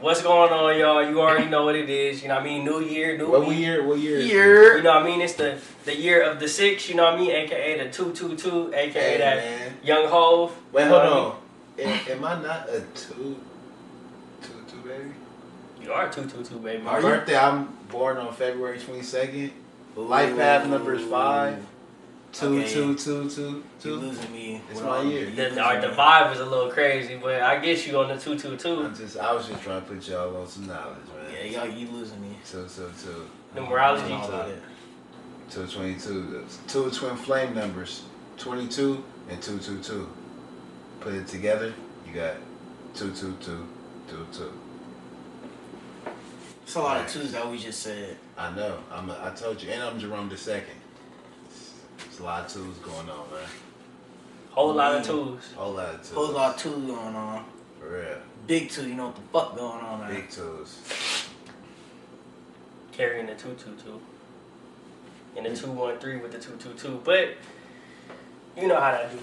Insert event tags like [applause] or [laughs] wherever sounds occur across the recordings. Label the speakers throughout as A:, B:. A: What's going on, y'all? You already know what it is. You know what I mean? New year, new
B: What
A: me.
B: year? What year? is
A: year.
B: this?
A: You know what I mean? It's the the year of the six. You know what I mean? AKA the two two two. AKA
B: Hey,
A: that
B: man.
A: young hove.
B: Wait,
A: You know
B: hold
A: what I mean?
B: on. Am, am I not a two, two, two baby?
A: You are two two two, baby.
B: My birthday, I'm born on February 22nd. Life
C: Ooh.
B: path number is five. Two,
C: Okay.
B: two, two, two,
C: You
B: two.
C: losing me.
B: It's
C: with
B: my
C: all
B: year.
C: these.
A: The, our, the vibe is a little crazy, but I guess you on the two two two.
B: I'm just, I was just trying to put y'all on some knowledge, man.
C: Yeah, y'all, you losing me.
B: Two, two, two.
A: Numerology.
C: All of it.
B: Two, 22. Two twin flame numbers. 22 and 222. Put it together, you got 222, 22.
C: It's a lot of twos that we just said.
B: I know. I'm. A, I told you, and I'm Jerome the second. It's a lot of twos going on, man.
A: Whole lot of twos.
B: Whole lot of twos.
C: Whole lot of two going on.
B: For real.
C: Big two, you know what the fuck going on [laughs] man.
B: Big twos.
A: Carrying the two two two. And the two one three with the two two two. But you know how that do.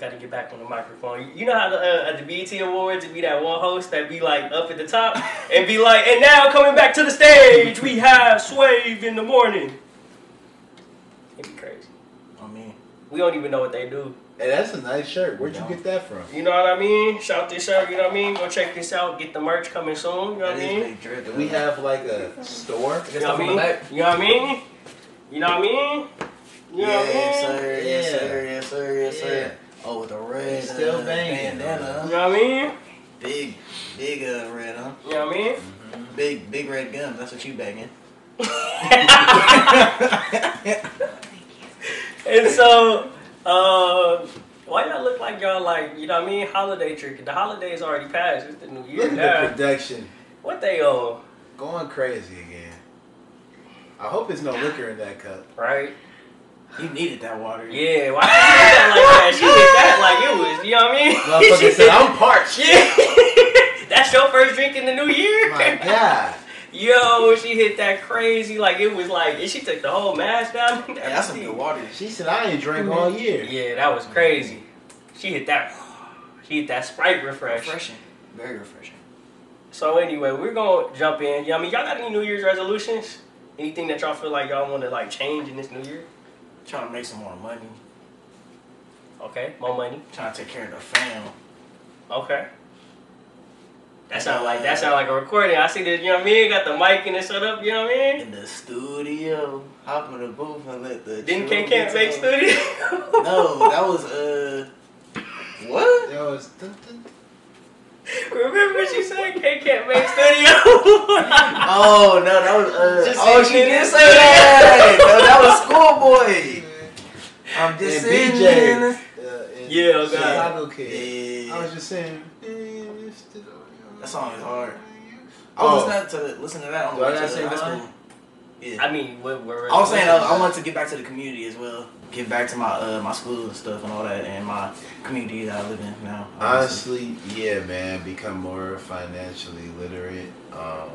A: Gotta get back on the microphone. You know how the, uh, at the BET Awards it be that one host that be like up at the top and be like, and now coming back to the stage, we have Swave in the morning. It'd be crazy.
C: I mean,
A: We don't even know what they do.
B: Hey, that's a nice shirt. Where'd
C: No.
B: you get that from?
A: You know what I mean? Shout this out, you know what I mean? Go check this out. Get the merch coming soon, you know what
C: that is
A: I mean?
C: big drip.
B: Do we have like a store?
A: You know what I mean? You know what I mean? You know what I mean? You know
C: Yeah,
A: what I mean?
C: yes, sir, yes,
B: Yeah.
C: sir, yes, sir, yes,
B: Yeah.
C: sir. Oh, with the red
B: He's still
C: uh,
B: banging.
A: You
C: bandana,
A: know what I mean?
C: big, big uh, red, huh?
A: You know what I mean?
C: Big, big red gums. That's what you banging.
B: [laughs]
C: [laughs]
A: And so, uh, why y'all look like y'all like, you know what I mean? Holiday trick. The holidays already passed. It's the new year
B: [laughs] Look at the
A: now.
B: production.
A: What they on,
B: Going crazy again. I hope there's no liquor in
C: [laughs]
B: that cup.
A: right?
C: You needed that water.
A: Yeah, why she did that like that? She did that like it was, you know what I mean?
B: Motherfucker
A: She
B: said,
A: did-
B: I'm
A: [laughs]
B: parched.
A: yeah. That's your first drink in the new year? [laughs]
B: [laughs] My God.
A: Yo, she hit that crazy, like it was like, and she took the whole mask down. [laughs]
C: Hey, that's some good water.
B: She said, I ain't drank all year.
A: Yeah, that was crazy. She hit that. [sighs] She hit that Sprite refresh.
C: Refreshing. Very refreshing.
A: So anyway, we're gonna jump in. Yeah, I mean, y'all got any New Year's resolutions? Anything that y'all feel like y'all want to like change in this New Year?
C: Trying to make some more money.
A: Okay, more money.
C: Trying to take care of the fam.
A: Okay. That sound like that sound like a recording. I see that. You know what I mean? Got the mic and it set up. You know what I mean?
C: In the studio, hop in the booth and let the.
A: Didn't
C: truth
A: K Camp make
C: out.
A: studio?
C: No,
A: [laughs]
C: that was uh, what?
B: Yo, it's dun, dun, dun.
A: Remember she said K Camp make studio. [laughs]
C: Oh no, that was uh.
A: Just
C: oh,
A: sitting
C: she
A: in
C: did
A: the
C: say that. no, that was schoolboy. I'm
B: And
C: just sitting in
B: BJ.
C: the-
B: uh, and
A: Yeah, oh God.
B: Chicago kid. I was
C: Yeah.
B: just saying. eh,
C: That song is hard. I was
B: Oh,
C: listening to listen to that on
B: Do
C: the
B: I
C: way
B: gotta
C: to
B: say
C: high
B: mine?
C: school. Yeah.
A: I mean, what were
C: I was saying uh, I wanted to get back to the community as well. Get back to my uh, my school and stuff and all that and my community that I live in now. obviously.
B: honestly, yeah, man. Become more financially literate. Um,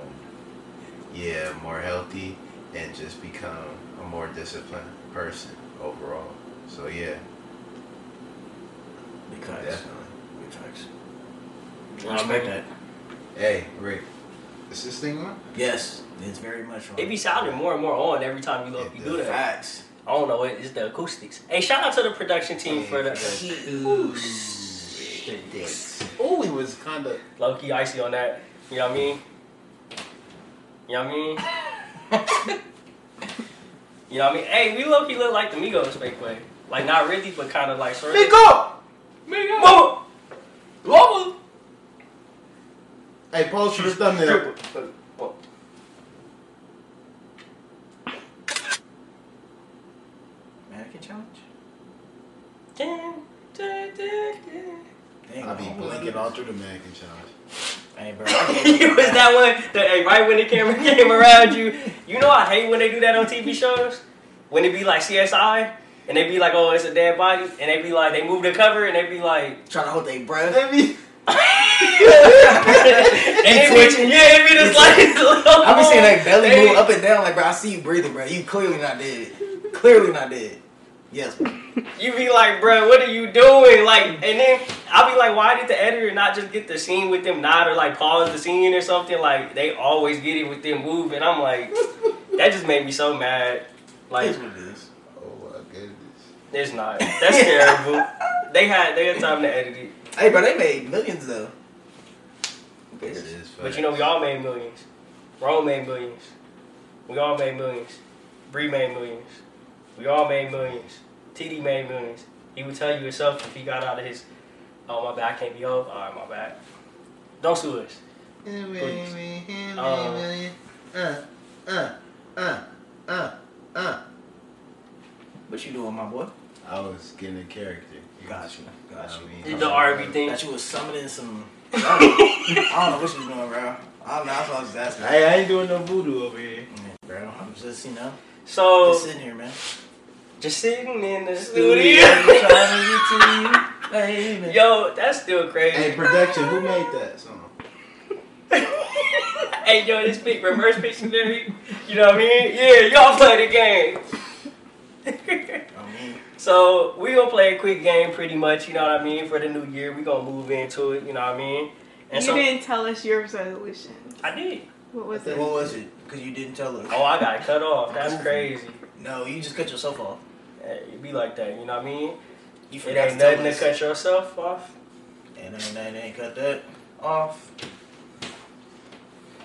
B: yeah, more healthy, and just become a more disciplined person overall. So yeah,
C: Big facts.
B: definitely.
C: Big facts.
A: Yeah,
C: I respect
A: man.
C: that.
B: Hey, Rick, is this thing on?
C: Yes, it's very much on.
A: It be sounding more and more on every time you look,
B: It
A: you do
B: does.
A: that.
C: facts.
A: I don't know. it- It's the acoustics. Hey, shout out to the production team for the
B: Ooh, Ooh, it was kind of.
A: low key icy on that. You know what I mean? You know what I mean? you know what I mean? Hey, we low key look like the Migos fake way. Like not really, but kind of like sort of.
B: Nico,
A: Migos. Mama. Mama.
B: hey, pause for
A: [laughs]
B: the thumbnail.
C: Mannequin challenge. Dang,
B: I be
C: bro.
B: blinking all through the mannequin challenge.
C: Hey,
B: [laughs]
C: bro.
A: it was that one that hey, right when the camera [laughs] came around you. You know I hate when they do that on TV shows. When it be like CSI and they be like, oh, it's a dead body, and they be like, they move the cover and they be like,
C: Trying to hold their
A: [laughs]
C: breath. [laughs]
B: Let me.
A: and they be, yeah, it be just like,
C: I be seeing that belly
A: Hey.
C: move up and down. Like, bro, I see you breathing, bro. You clearly not dead. Clearly not dead. Yes. bro.
A: You be like, bruh, what are you doing? Like, and then I'll be like, why did the editor not just get the scene with them not or like pause the scene or something? Like they always get it with them moving. I'm like, that just made me so mad. Like
C: It's what it is.
B: Oh my goodness.
A: it's
C: [laughs]
A: not. That's terrible. They had they had time to edit it,
C: Hey, bro, they made millions though.
B: It
C: Bitch.
B: is
A: but you know we all made millions. Rome made millions. We all made millions. Bree made millions. We all made millions. TD made millions. He would tell you himself if he got out of his. Oh my bad, I can't be old. All right, my bad. Don't sue us. Um,
B: Uh, uh, uh, uh, uh.
C: What you doing, my boy?
B: I was getting a character.
C: Gotcha, gotcha.
B: I mean,
A: Did the R&B thing.
C: That you was summoning some. I don't know, [laughs] I don't know what you was doing, bro. I don't know. That's what I was asking.
B: Hey, I ain't doing no voodoo over here.
C: Bro, I'm just you know
A: So
C: just sitting here, man.
A: Just sitting in the
C: Trying
A: studio.
C: to get to you, baby.
A: Yo, that's still crazy.
B: Hey,
A: Hey,
B: production, who made that song?
A: [laughs] yo, this pic, reverse dictionary. You know what I mean? Yeah, y'all play the game. [laughs]
C: I mean,
A: so we gonna play a quick game, pretty much. You know what I mean? For the new year, we gonna move into it. You know what I mean?
D: You
A: And so
D: didn't tell us your resolution.
A: I did.
D: What was
C: what
D: it?
C: was it? Because you didn't tell us.
A: Oh, I got cut off. That's crazy.
C: No, you just cut yourself off.
A: Hey, It be like that. You know what I mean?
C: You
A: It
C: forgot
A: ain't
C: to tell
A: nothing to
C: us.
A: cut yourself off.
C: And ain't nothing ain't cut that off.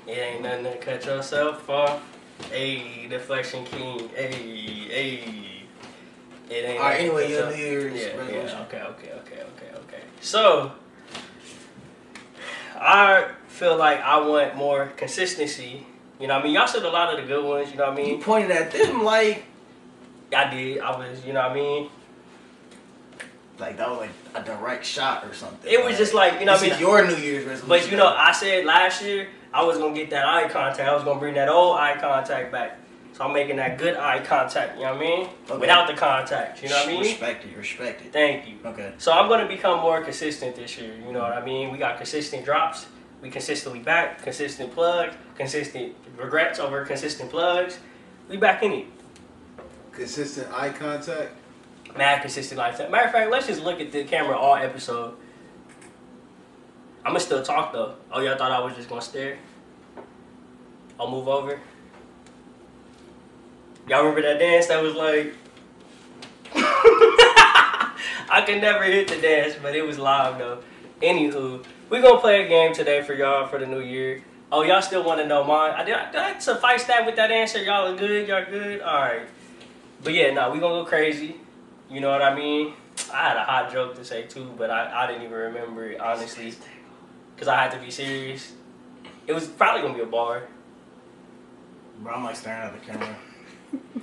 A: It ain't nothing to cut yourself off. Hey, deflection king. Hey, hey. It ain't.
C: All right.
A: nothing to
C: Anyway, your
A: cut yourself-
C: New Year's
A: yeah,
C: resolution.
A: yeah. Okay, okay, okay, okay, okay. So, I feel like I want more consistency. You know, what I mean, y'all said a lot of the good ones. You know what I
C: You
A: mean?
C: pointed at them like,
A: I did. I was. You know what I mean?
C: like that was like a direct shot or something.
A: It was just like you know.
C: this
A: What I mean?
C: is your New Year's resolution.
A: But you know, I said last year I was gonna get that eye contact. I was gonna bring that old eye contact back. So I'm making that good eye contact. You know what I mean?
C: Okay.
A: Without the contact. You know what I mean?
C: Respect it. Respect it.
A: Thank you.
C: Okay.
A: So I'm gonna become more consistent this year. You know what I mean? We got consistent drops. We consistently back. Consistent plugs. Consistent regrets over consistent plugs. We back in it.
B: Consistent eye contact.
A: Mad consistent like that. Matter of fact, let's just look at the camera all episode. I'ma still talk though. Oh y'all thought I was just gonna stare? I'll move over. Y'all remember that dance that was like [laughs] I could never hit the dance, but it was live though. Anywho, we gonna play a game today for y'all for the new year. Oh, y'all still wanna know mine? I did, I, did I suffice that with that answer? Y'all are good, y'all good? Alright. But yeah, nah, we gonna go crazy. You know what I mean? I had a hot joke to say too, but I, I didn't even remember it honestly, cause I had to be serious. It was probably gonna be a bar.
C: Bro, I'm like staring at the camera.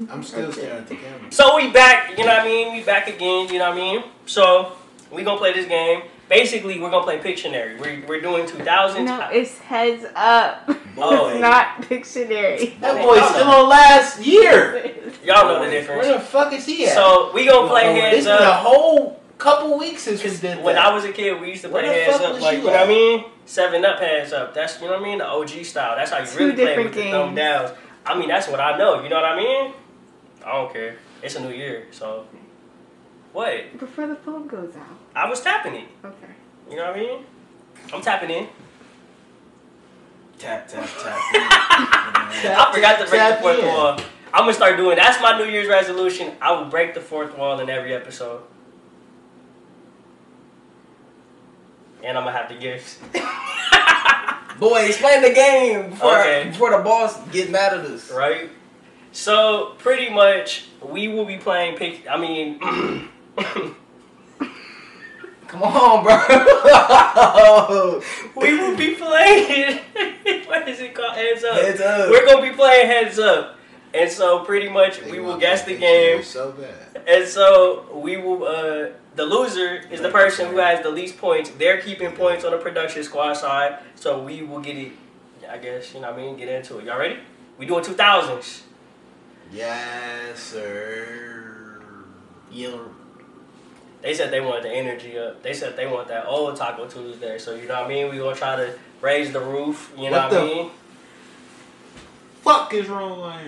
B: I'm still staring at the camera.
A: So we back, you know what I mean? We back again, you know what I mean? So we gonna play this game. Basically, we're gonna play Pictionary. We're, we're doing 2000.
D: No, it's heads up.
A: Boy.
D: It's [laughs] not Pictionary.
B: That boy's still on last year.
A: Y'all know the
B: Where
A: difference.
B: the fuck is he at?
A: So we gonna play heads
B: it's been a
A: up.
B: whole couple weeks since we did
A: When
B: that.
A: I was a kid, we used to
B: Where
A: play
B: the
A: heads
B: fuck
A: up,
B: was
A: like
B: you
A: you know what I
B: at?
A: mean? Seven up, heads up. That's you know what I mean, the OG style. That's how you
D: Two
A: really play
D: different
A: with the thumb
D: games.
A: downs. I mean, that's what I know. You know what I mean? I don't care. It's a new year, so what?
D: Before the phone goes out.
A: I was tapping it.
D: Okay.
A: You know what I mean? I'm tapping in.
C: Tap, tap, tap.
A: I forgot to break the
B: Tap
A: fourth
B: in.
A: wall. I'm gonna start doing. That's my New Year's resolution. I will break the fourth wall in every episode. And I'm gonna have the gifts. [laughs]
C: Boy, explain the game before,
A: Okay.
C: before the boss get mad at us.
A: right? So pretty much, we will be playing. Pick. I mean, [coughs]
C: Come on, bro.
A: we will be playing. [laughs] what is it called? Heads up.
C: Heads up.
A: We're gonna be playing heads up, and so pretty much
B: They
A: we will
B: want
A: guess
B: that
A: the
B: Pictionary
A: game.
B: So bad.
A: And so we will. Uh, the loser is the person who has the least points. They're keeping points on the production squad side, so we will get it. I guess you know what I mean. Get into it. Y'all ready? We doing two thousands.
B: Yes, sir.
C: Yellow.
A: They said they want the energy up. They said they want that old Taco Tuesday. So you know what I mean. We gonna try to raise the roof. You know
B: What
A: what,
B: the-
A: I mean.
B: Fuck is wrong with my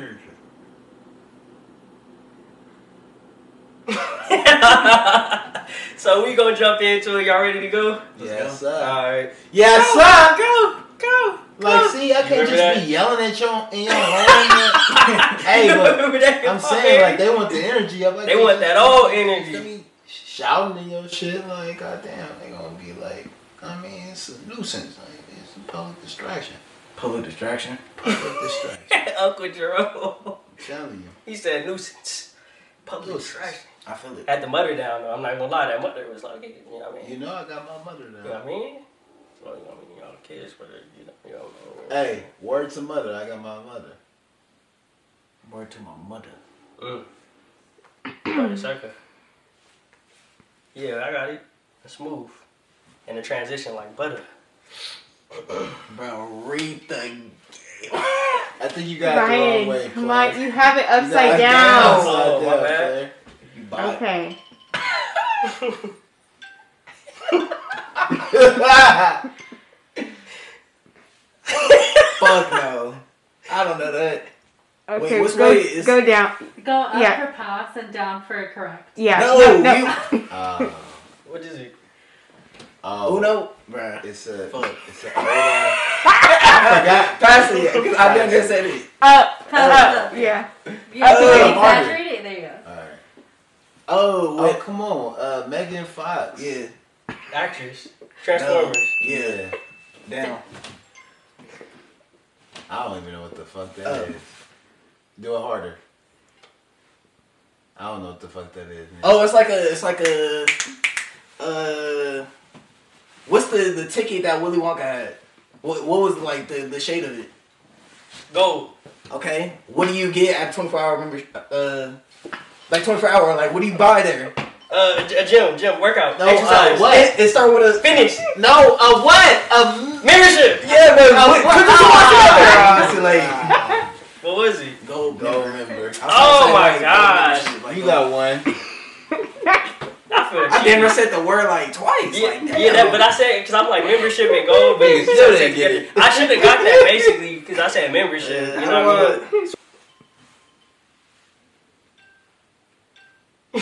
B: hair?
A: [laughs] So we gonna jump into it. Y'all ready to go?
B: Yes,
A: All
B: sir.
A: right.
B: Yes, sir.
A: Go, go.
B: Like, see, I can't
A: remember
B: just
A: that?
B: be yelling at your in your home. [laughs]
A: [laughs]
B: Hey,
A: You
B: but
A: remember that?
B: I'm saying like they want the energy. I'm like,
A: They want that old energy.
B: They be Shouting in your shit like, goddamn, they gonna be like, I mean, it's a nuisance. Like, it's a public distraction.
C: Public distraction.
B: Public distraction.
A: [laughs] Uncle Jerome.
B: I'm telling you.
A: He said nuisance. Public
B: Nuisance.
A: trash.
C: I feel it.
A: Had the mother down though. I'm not gonna lie. That mother was like, you know what I mean?
B: You know, I got my mother
A: You know
B: now.
A: what I mean? Well, you know, I mean, y'all kids, but you know, you know.
B: Hey, word to mother, I got my mother.
C: Word to my mother.
A: Mm. Mother sucker. Yeah, I got it. It's smooth. And the transition like butter.
C: Bro, read the.
B: I think you got it the wrong way.
D: Ryan, come on, you have it
B: got
D: upside
B: it
D: down.
B: upside
A: Oh, my
B: down,
A: bad.
B: Claire.
C: You bought it.
D: Okay.
B: [laughs]
C: Fuck no. I don't know that.
D: Okay,
C: which
D: go,
C: way is-
D: go down.
E: Go up
D: Yeah.
E: for pass and down for correct.
D: Yeah.
C: No,
B: Uh,
A: What is it?
B: oh,
C: Oh no, bro.
B: It's a.
C: Fuck.
B: It's a. I
C: Pass
B: forgot.
C: it, 'cause I damn near said it.
D: Up,
E: Pass
D: up.
E: up.
D: Yeah.
E: You
D: Oh,
E: oh,
B: Margaret.
E: exaggerate it. There you go.
B: All right.
C: Oh,
B: Oh
C: what?
B: come on, uh, Megan Fox.
C: yeah,
A: Actress. Transformers.
C: yeah,
B: Yeah.
C: down.
B: I don't even know what the fuck that
C: Oh.
B: is. Do it harder. I don't know what the fuck that is. Man. [laughs]
C: Oh, it's like a, it's like a, uh, what's the the ticket that Willy Wonka had? What what was like the the shade of it?
A: Go.
C: Okay, what do you get at twenty four hour membership? Uh, like twenty four hour, like what do you buy there?
A: Uh, j- gym, gym, workout,
B: No, uh,
A: exercise.
B: What?
C: It, it started with a.
A: Finish.
B: no, a what? A
A: Membership.
C: Yeah, but
B: Oh,
C: what,
B: what-
C: put the two on together.
B: Ah.
C: It's like
A: What was it?
C: go
B: go
C: go.
B: remember.
A: Oh my gosh.
B: [laughs] You got one.
A: I
B: [laughs]
A: feel
C: I
A: cheated.
C: damn near said the word like twice.
A: Yeah,
C: like,
A: yeah, that, but I said because I'm like membership and gold, but
B: You
A: it's
B: still
A: just
B: didn't get it.
A: I should have got that basically because I said membership.
C: Yeah,
A: you know what I mean?
C: [laughs]
B: Who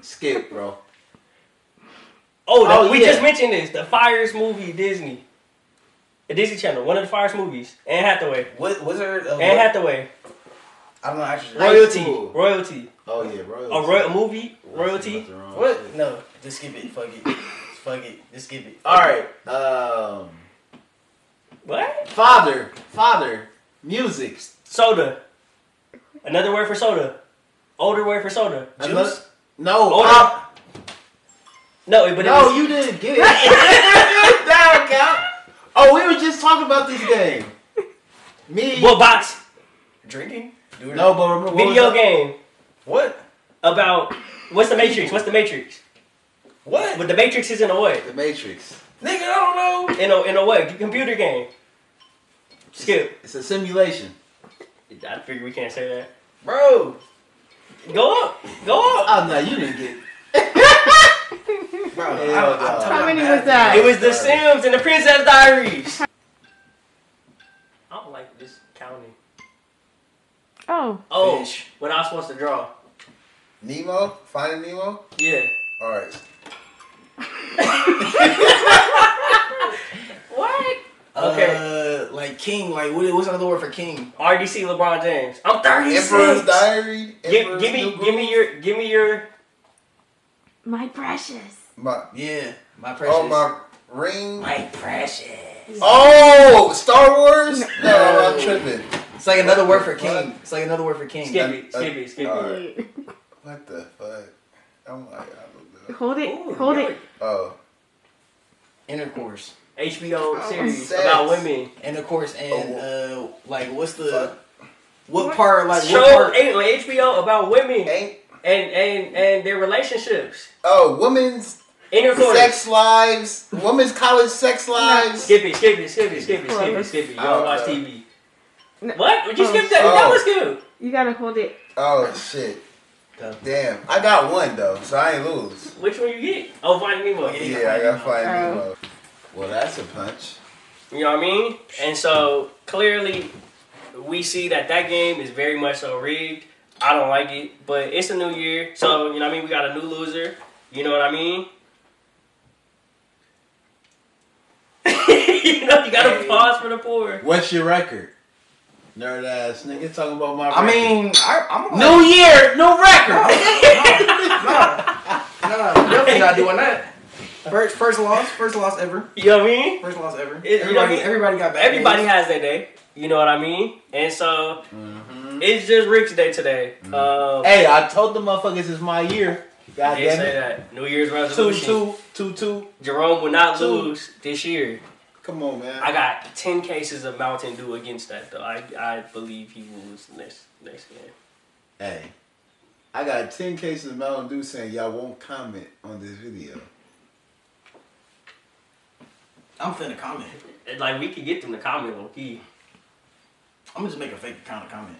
B: skip, bro?
A: Oh, the,
B: Oh,
A: we
B: yeah.
A: just mentioned this. The Fires movie, Disney, the Disney Channel, one of the Fires movies. Anne Hathaway.
C: What was there? A,
A: Anne Hathaway.
C: I don't know. Actually,
B: What?
A: Royalty.
B: school.
A: Royalty.
B: Oh yeah, royalty.
A: A royal movie.
B: I said
A: Royalty.
B: the wrong
C: What?
B: shit.
C: No, just skip it. Fuck it. Fuck it. Just skip it.
B: All right. Um,
A: What?
B: father, father, music.
A: Soda. Another word for soda. Older word for soda.
B: Another- No,
A: Older.
B: I-
A: uh, No, but it
B: no,
A: was,
B: you didn't get it.
A: [laughs]
B: That don't count. Oh, we were just talking about this game. Me.
A: well, box
C: Drinking? Do it.
B: no, but remember what
A: video
B: was it?
A: game
C: What?
A: about what's the Matrix? What's the Matrix?
C: What?
A: But the Matrix is in a way.
B: The Matrix.
C: Nigga, I don't know.
A: In a in a way, computer game. Skip.
B: It's a simulation.
A: I figure we can't say that.
C: Bro.
A: Go up, go up.
B: Oh no, you didn't get. It.
C: Bro, I,
B: Hell
C: I'm
B: no.
C: talking
B: How
D: many
C: about
D: was that?
C: [laughs]
A: It was The Sims and The Princess Diaries. I don't like this counting.
D: Oh.
A: Oh,
C: Fish.
A: what I was supposed to draw?
B: Nemo, Finding Nemo.
A: Yeah.
B: All right.
A: What? Okay.
C: Okay. Uh, like king. Like what? What's another word for king?
A: RDC LeBron James. I'm 36.
B: Diary.
A: Give, give me, give me your, give me your.
D: My precious.
B: My,
C: Yeah. My precious.
B: Oh, ring.
C: My precious.
B: Oh, Star
A: [laughs]
B: Wars? No, I'm tripping.
C: It's like another word for
B: What?
C: king. It's like another word for king.
A: Skip it, skip it, skip
B: uh, All
A: it.
B: right. What the fuck? I'm like, I don't know.
D: Hold it.
A: Ooh,
D: hold
A: really?
D: it.
B: Oh,
C: Intercourse.
A: HBO series
B: sex.
A: about women.
C: Intercourse and uh, like what's the what
D: What?
C: part? Like what
A: Show
C: part?
A: eight on HBO about women
B: ain't
A: and and and their relationships.
B: oh women's
A: Intercourse.
B: sex lives, women's college sex lives.
A: Skip it, skip it, skip it, skip it, skip it,
D: Close.
A: skip it. You
B: I don't
A: don't watch
B: know.
A: TV.
D: No.
A: What? Would you
D: Oh.
A: skip that? That
B: Oh.
A: was good.
D: You gotta hold it.
B: Oh shit!
C: Tough.
B: Damn, I got one though, so I ain't lose.
A: Which one you get? Oh, Finding Nemo.
C: Yeah,
A: You
B: Yeah, I got five.
D: Oh.
B: Nemo. Well, that's a punch.
A: know what I mean? And so clearly, we see that that game is very much so rigged. I don't like it, but it's a new year, so you know what I mean. We got a new loser. You know what I mean. [laughs] you know you gotta
C: Hey.
A: pause for the poor.
B: What's your record? Nerd ass nigga talking about my
C: I
B: record.
C: mean, I, I'm gonna-
B: New Year, no record.
C: no,
A: [laughs]
C: no, definitely not doing that. First, first loss, first loss ever,
A: You know what I mean?
C: first loss ever.
A: It- you know what I
C: Everybody,
A: mean?
C: everybody got bad.
A: Everybody
C: days.
A: has their day. You know what I mean. And so
B: Mhm.
A: it's just Rick's day today. Um,
B: Hey, I told the motherfuckers it's my year. God
A: they
B: damn
A: say
B: it.
A: that New Year's
B: Two,
A: resolution.
B: two, two, two.
A: Jerome will not
B: Two.
A: lose this year.
B: Come on, man.
A: I got ten cases of Mountain Dew against that though. I I believe he will lose next next game.
B: Hey, I got 10 cases of Mountain Dew saying y'all won't comment on this video.
C: I'm finna comment.
A: And, Like we could get them to comment low key.
C: I'm gonna just make a fake account and comment.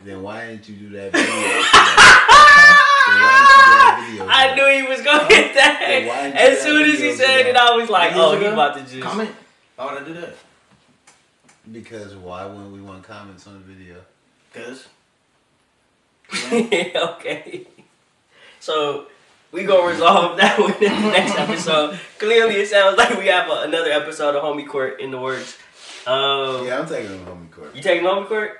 B: Then why didn't you do that video? Then why didn't you do that video?
A: [laughs] I knew he was gonna get that.
B: Then why didn't
A: As
B: you
A: soon
B: add
A: as he
B: videos
A: said
B: to
A: it,
B: that?
A: I was like,
C: Videos
A: oh,
C: to
A: he
C: that?
A: about to just
C: Comment? Why would I do that?
B: Because why wouldn't we want comments on the video?
A: [laughs]
C: Cause
A: okay. So we gonna resolve that [laughs] one in the next episode. Clearly, it sounds like we have a, another episode of Homie Court in the works. Um,
B: Yeah, I'm taking them home court.
A: you taking Homie Court?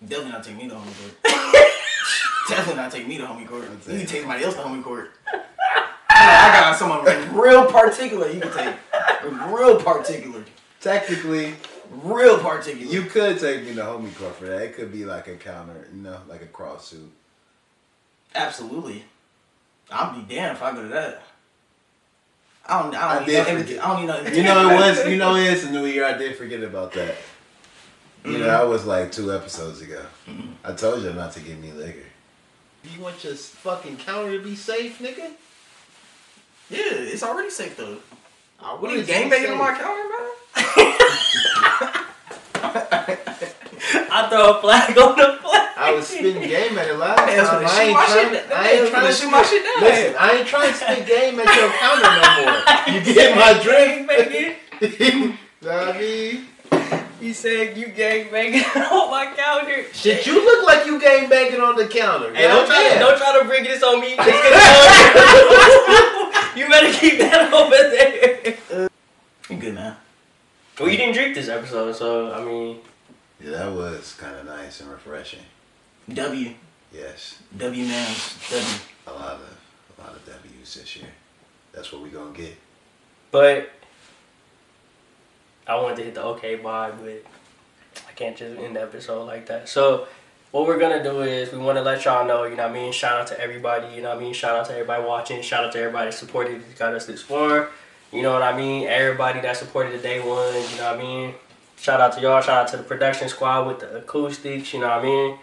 C: definitely not take me to homie court.
B: [laughs]
C: definitely not take me to homie court. You can take somebody else to homie court.
B: [laughs]
C: I got someone real particular you can take. Real particular.
B: Technically,
C: Real particular.
B: you could take me to homie court for that. It could be like a counter, you know, like a cross suit.
C: Absolutely. I'll be damned if I go to that. I don't. I don't
B: I
C: need
B: did
C: no invitation. I don't need no
B: You
C: invitation.
B: know, it was, you know, it's a new year. I did forget about that. You know, that was like two episodes ago. I told you not to give me liquor. You want your fucking counter to be safe, nigga?
C: Yeah, it's already safe though.
B: I
C: What are you
B: want it to be
C: gangbanging on
B: safe.
C: my counter,
B: [laughs]
C: bro? [laughs]
A: I throw a flag on the flag.
B: I was spitting game at it last
C: I asked her
B: time.
C: to
B: I
C: shoot
B: ain't
C: my
B: trying,
C: shit.
B: I ain't
C: trying to shoot my shit down.
B: Listen, I ain't trying to spit game at your counter no more.
A: [laughs]
B: You get my
A: Gang
B: drink.
A: banging.
B: [laughs] Know what I mean?
A: He said you gang [laughs] banging on my counter.
B: Shit, you look like you game banging on the counter.
A: Hey, don't
B: God
A: try, to,
B: damn.
A: don't try to bring this on me. It's gonna- [laughs] you better keep that over [laughs] there.
C: You good now?
A: Well, you didn't drink this episode, so I mean,
B: Yeah, that was kind of nice and refreshing.
C: W
B: Yes,
C: W man's W.
B: a lot of a lot of W's this year. That's what we gonna get.
A: but I wanted to hit the okay vibe, but I can't just end the episode like that. So, what we're gonna do is we want to let y'all know, you know what I mean? Shout out to everybody, you know what I mean? Shout out to everybody watching, shout out to everybody that supported, that got us this far, you know what I mean? Everybody that supported the day one, you know what I mean? Shout out to y'all, shout out to the production squad with the acoustics, you know what I mean?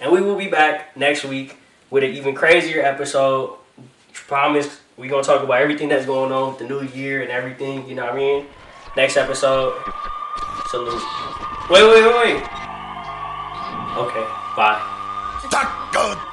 A: And we will be back next week with an even crazier episode. Promise, we're gonna talk about everything that's going on with the new year and everything, you know what I mean? Next episode, salute. Wait, wait, wait, wait. Okay, bye.
F: Taco